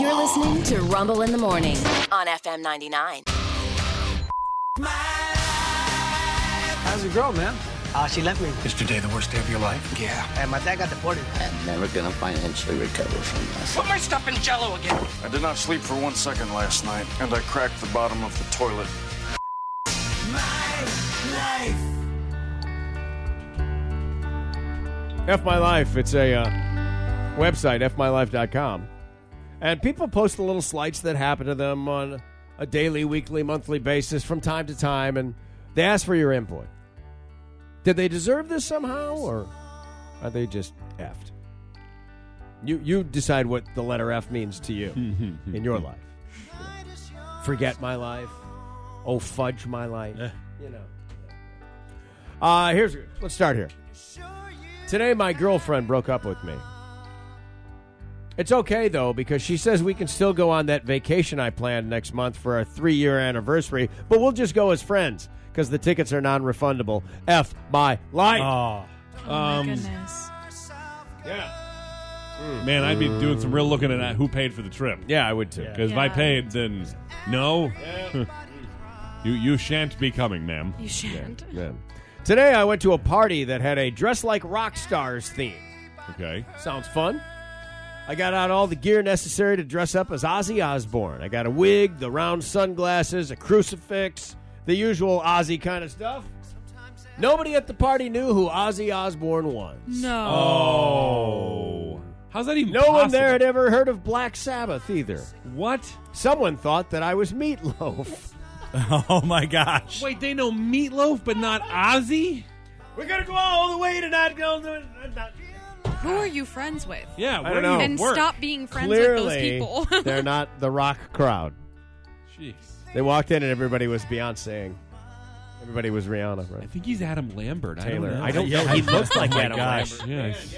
You're listening to Rumble in the Morning on FM 99. How's it girl, man? Uh, she left me. Is today the worst day of your life? Yeah. And my dad got deported. I'm never gonna financially recover from this. Put my stuff in jello again. I did not sleep for one second last night, and I cracked the bottom of the toilet. F My Life. It's a uh, website, fmylife.com. And people post the little slights that happen to them on a daily, weekly, monthly basis from time to time, and they ask for your input. Did they deserve this somehow, or are they just effed? You, you decide what the letter F means to you in your life. You know, Forget my life. Oh, fudge my life. You know. Uh, here's let's start here. Today, my girlfriend broke up with me. It's okay, though, because she says we can still go on that vacation I planned next month for our three year anniversary, but we'll just go as friends because the tickets are non refundable. F my life. Oh, my goodness. Yeah. Man, I'd be doing some real looking at who paid for the trip. yeah, I would too. Because if I Yeah. paid, then no. you you shan't be coming, ma'am. You shan't. Yeah. Today, I went to a party that had a dress like rock stars theme. Okay. Sounds fun. I got out all the gear necessary to dress up as Ozzy Osbourne. I got a wig, the round sunglasses, a crucifix, the usual Ozzy kind of stuff. Nobody at the party knew who Ozzy Osbourne was. No. Oh. How's that even No one there had ever heard of Black Sabbath either. What? Someone thought that I was Meatloaf. oh my gosh! Wait, they know Meatloaf, but not Ozzy? We're gonna go all the way to not go to. Who are you friends with? Yeah, I where don't know. do you And work? stop being friends Clearly, with those people. they're not the rock crowd. Jeez. They walked in and everybody was Beyonceing. Everybody was Rihanna, I right? think he's Adam Lambert. Taylor. I don't know. know. He looks like Oh Adam gosh. Lambert. Oh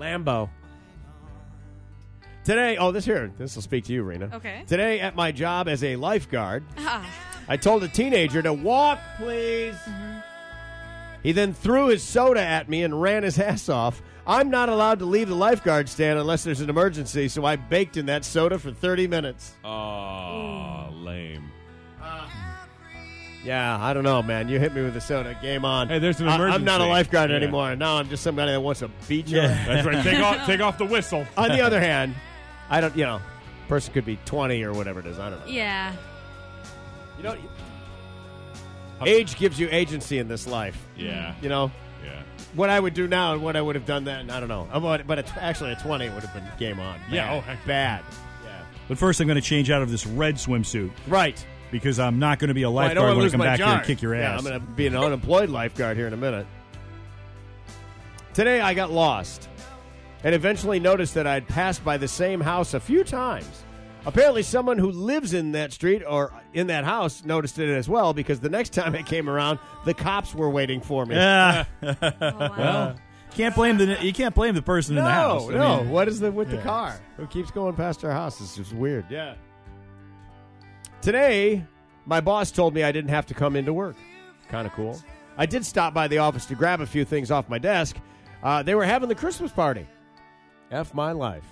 Yeah, Lambo. Today, oh, this here, this will speak to you, Rena. Okay. Today at my job as a lifeguard, Ah, I told a teenager to walk, please. Mm-hmm. He then threw his soda at me and ran his ass off. I'm not allowed to leave the lifeguard stand unless there's an emergency, so I baked in that soda for 30 minutes. Oh, lame. Yeah, I don't know, man. You hit me with a soda. Game on. Hey, there's an I- I'm emergency. not a lifeguard Yeah. anymore. Now I'm just somebody that wants to beat you. Yeah. That's right. Take off, take off the whistle. On the other hand, I don't. You know, person could be 20 or whatever it is. I don't know. yeah. You know, age gives you agency in this life. Yeah. You know Yeah. what I would do now and what I would have done then. I don't know. I'm on- But a tw- actually, a 20 would have been game on. Yeah, Bad. oh, heck. bad. Yeah. But first, I'm going to change out of this red swimsuit Right. because I'm not going to be a Well, I don't lifeguard want to when I lose come my back job. here and kick your Yeah, ass. I'm going to be an unemployed lifeguard here in a minute. Today I got lost and eventually noticed that I'd passed by the same house a few times. Apparently, someone who lives in that street or in that house noticed it as well because the next time I came around, the cops were waiting for me. Yeah. Oh, wow. Ah, Can't blame the you can't blame the person no, in the house. I no. mean, what is the with the yeah. car? Who keeps going past our house? It's just weird. Yeah. Today, my boss told me I didn't have to come into work. Kind of cool. I did stop by the office to grab a few things off my desk. Uh, they were having the Christmas party. F my life.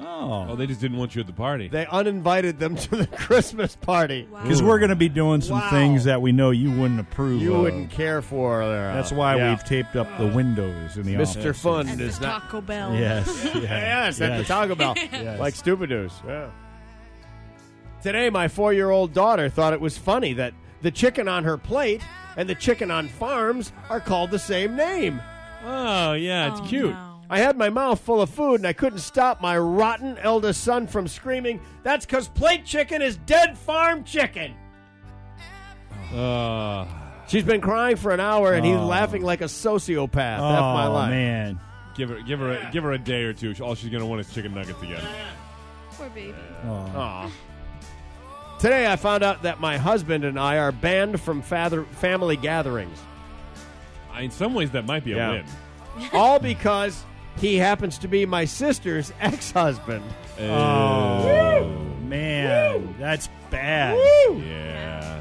Oh, Oh, they just didn't want you at the party. They uninvited them to the Christmas party. Wow. because we're going to be doing some Wow. things that we know you wouldn't approve. You of. wouldn't care for. uh, That's why yeah. we've taped up the windows in the Mr. office. Fun At the is not Taco Bell. Yes. Yeah. Yes, at the Yes. Taco Bell. Yes. Like Stupidoos. Yeah. Today, my four year old daughter thought it was funny that the chicken on her plate and the chicken on farms are called the same name. Oh, yeah, it's Oh, cute. no. I had my mouth full of food and I couldn't stop my rotten eldest son from screaming, That's because plate chicken is dead farm chicken. Uh, She's been crying for an hour and he's Oh. laughing like a sociopath. Oh F my life. man. give her, give her, a, give her a day or two. All she's gonna want is chicken nuggets again. Poor baby. Oh. Aw. Today I found out that my husband and I are banned from father- family gatherings. I- In some ways, that might be a Yeah. win. all because he happens to be my sister's ex-husband. Oh, Man, that's bad. yeah.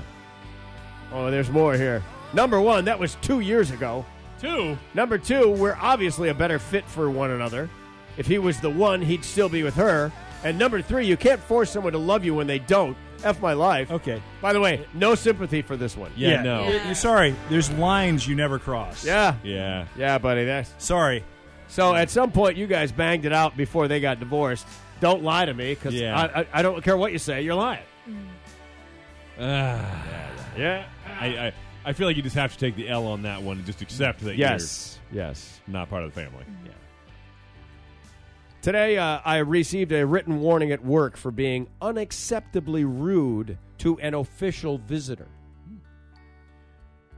Oh, there's more here. Number one, that was two years ago. Two. Number two, we're obviously a better fit for one another. If he was the one, he'd still be with her. And number three, you can't force someone to love you when they don't. F my life. Okay. By the way, no sympathy for this one. Yeah, no. Yeah. You're sorry. There's lines you never cross. Yeah. Yeah. Yeah, buddy. That's Sorry. so. At some point, you guys banged it out before they got divorced. Don't lie to me, because Yeah. I, I, I don't care what you say. You're lying. Yeah. I, I, I feel like you just have to take the L on that one and just accept that Yes. Yes. you're not part of the family. Yeah. Today, uh, I received a written warning at work for being unacceptably rude to an official visitor.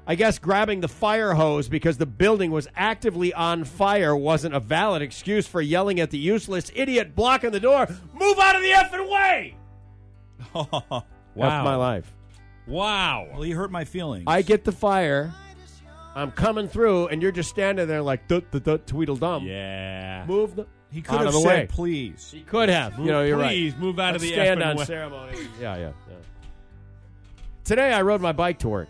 I guess grabbing the fire hose because the building was actively on fire wasn't a valid excuse for yelling at the useless idiot blocking the door. Move out of the effing way! well, Wow. F my life. Wow. you hurt my feelings. I get the fire. I'm coming through, and you're just standing there like duh, duh, duh, Tweedledum. Yeah. Move the he could out have of the said, way. "Please." He could have. You know, you're right. Please move out of Let's the stand effing on way. ceremony. yeah, yeah, yeah. Today I rode my bike to work.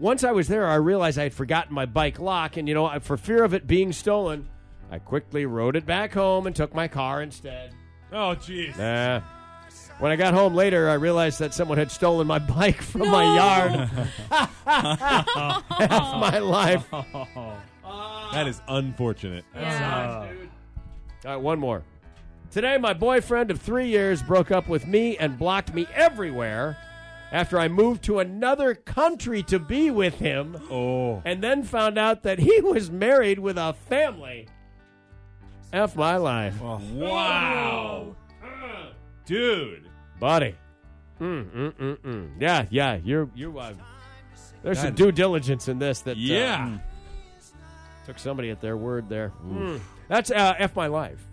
Once I was there, I realized I had forgotten my bike lock, and you know, I- for fear of it being stolen, I quickly rode it back home and took my car instead. Oh, jeez. Nah. When I got home later, I realized that someone had stolen my bike from my yard. Half my life. All That is unfortunate. Yeah. right, one more. Today, my boyfriend of three years broke up with me and blocked me everywhere after I moved to another country to be with him. Oh. and then found out that he was married with a family. F my life. Oh. Wow. Dude. Buddy. Mm, mm, mm, mm. Yeah, yeah, you're, you're, uh, there's some due diligence in this that uh, Yeah. took somebody at their word there. Mm. That's uh, F my life.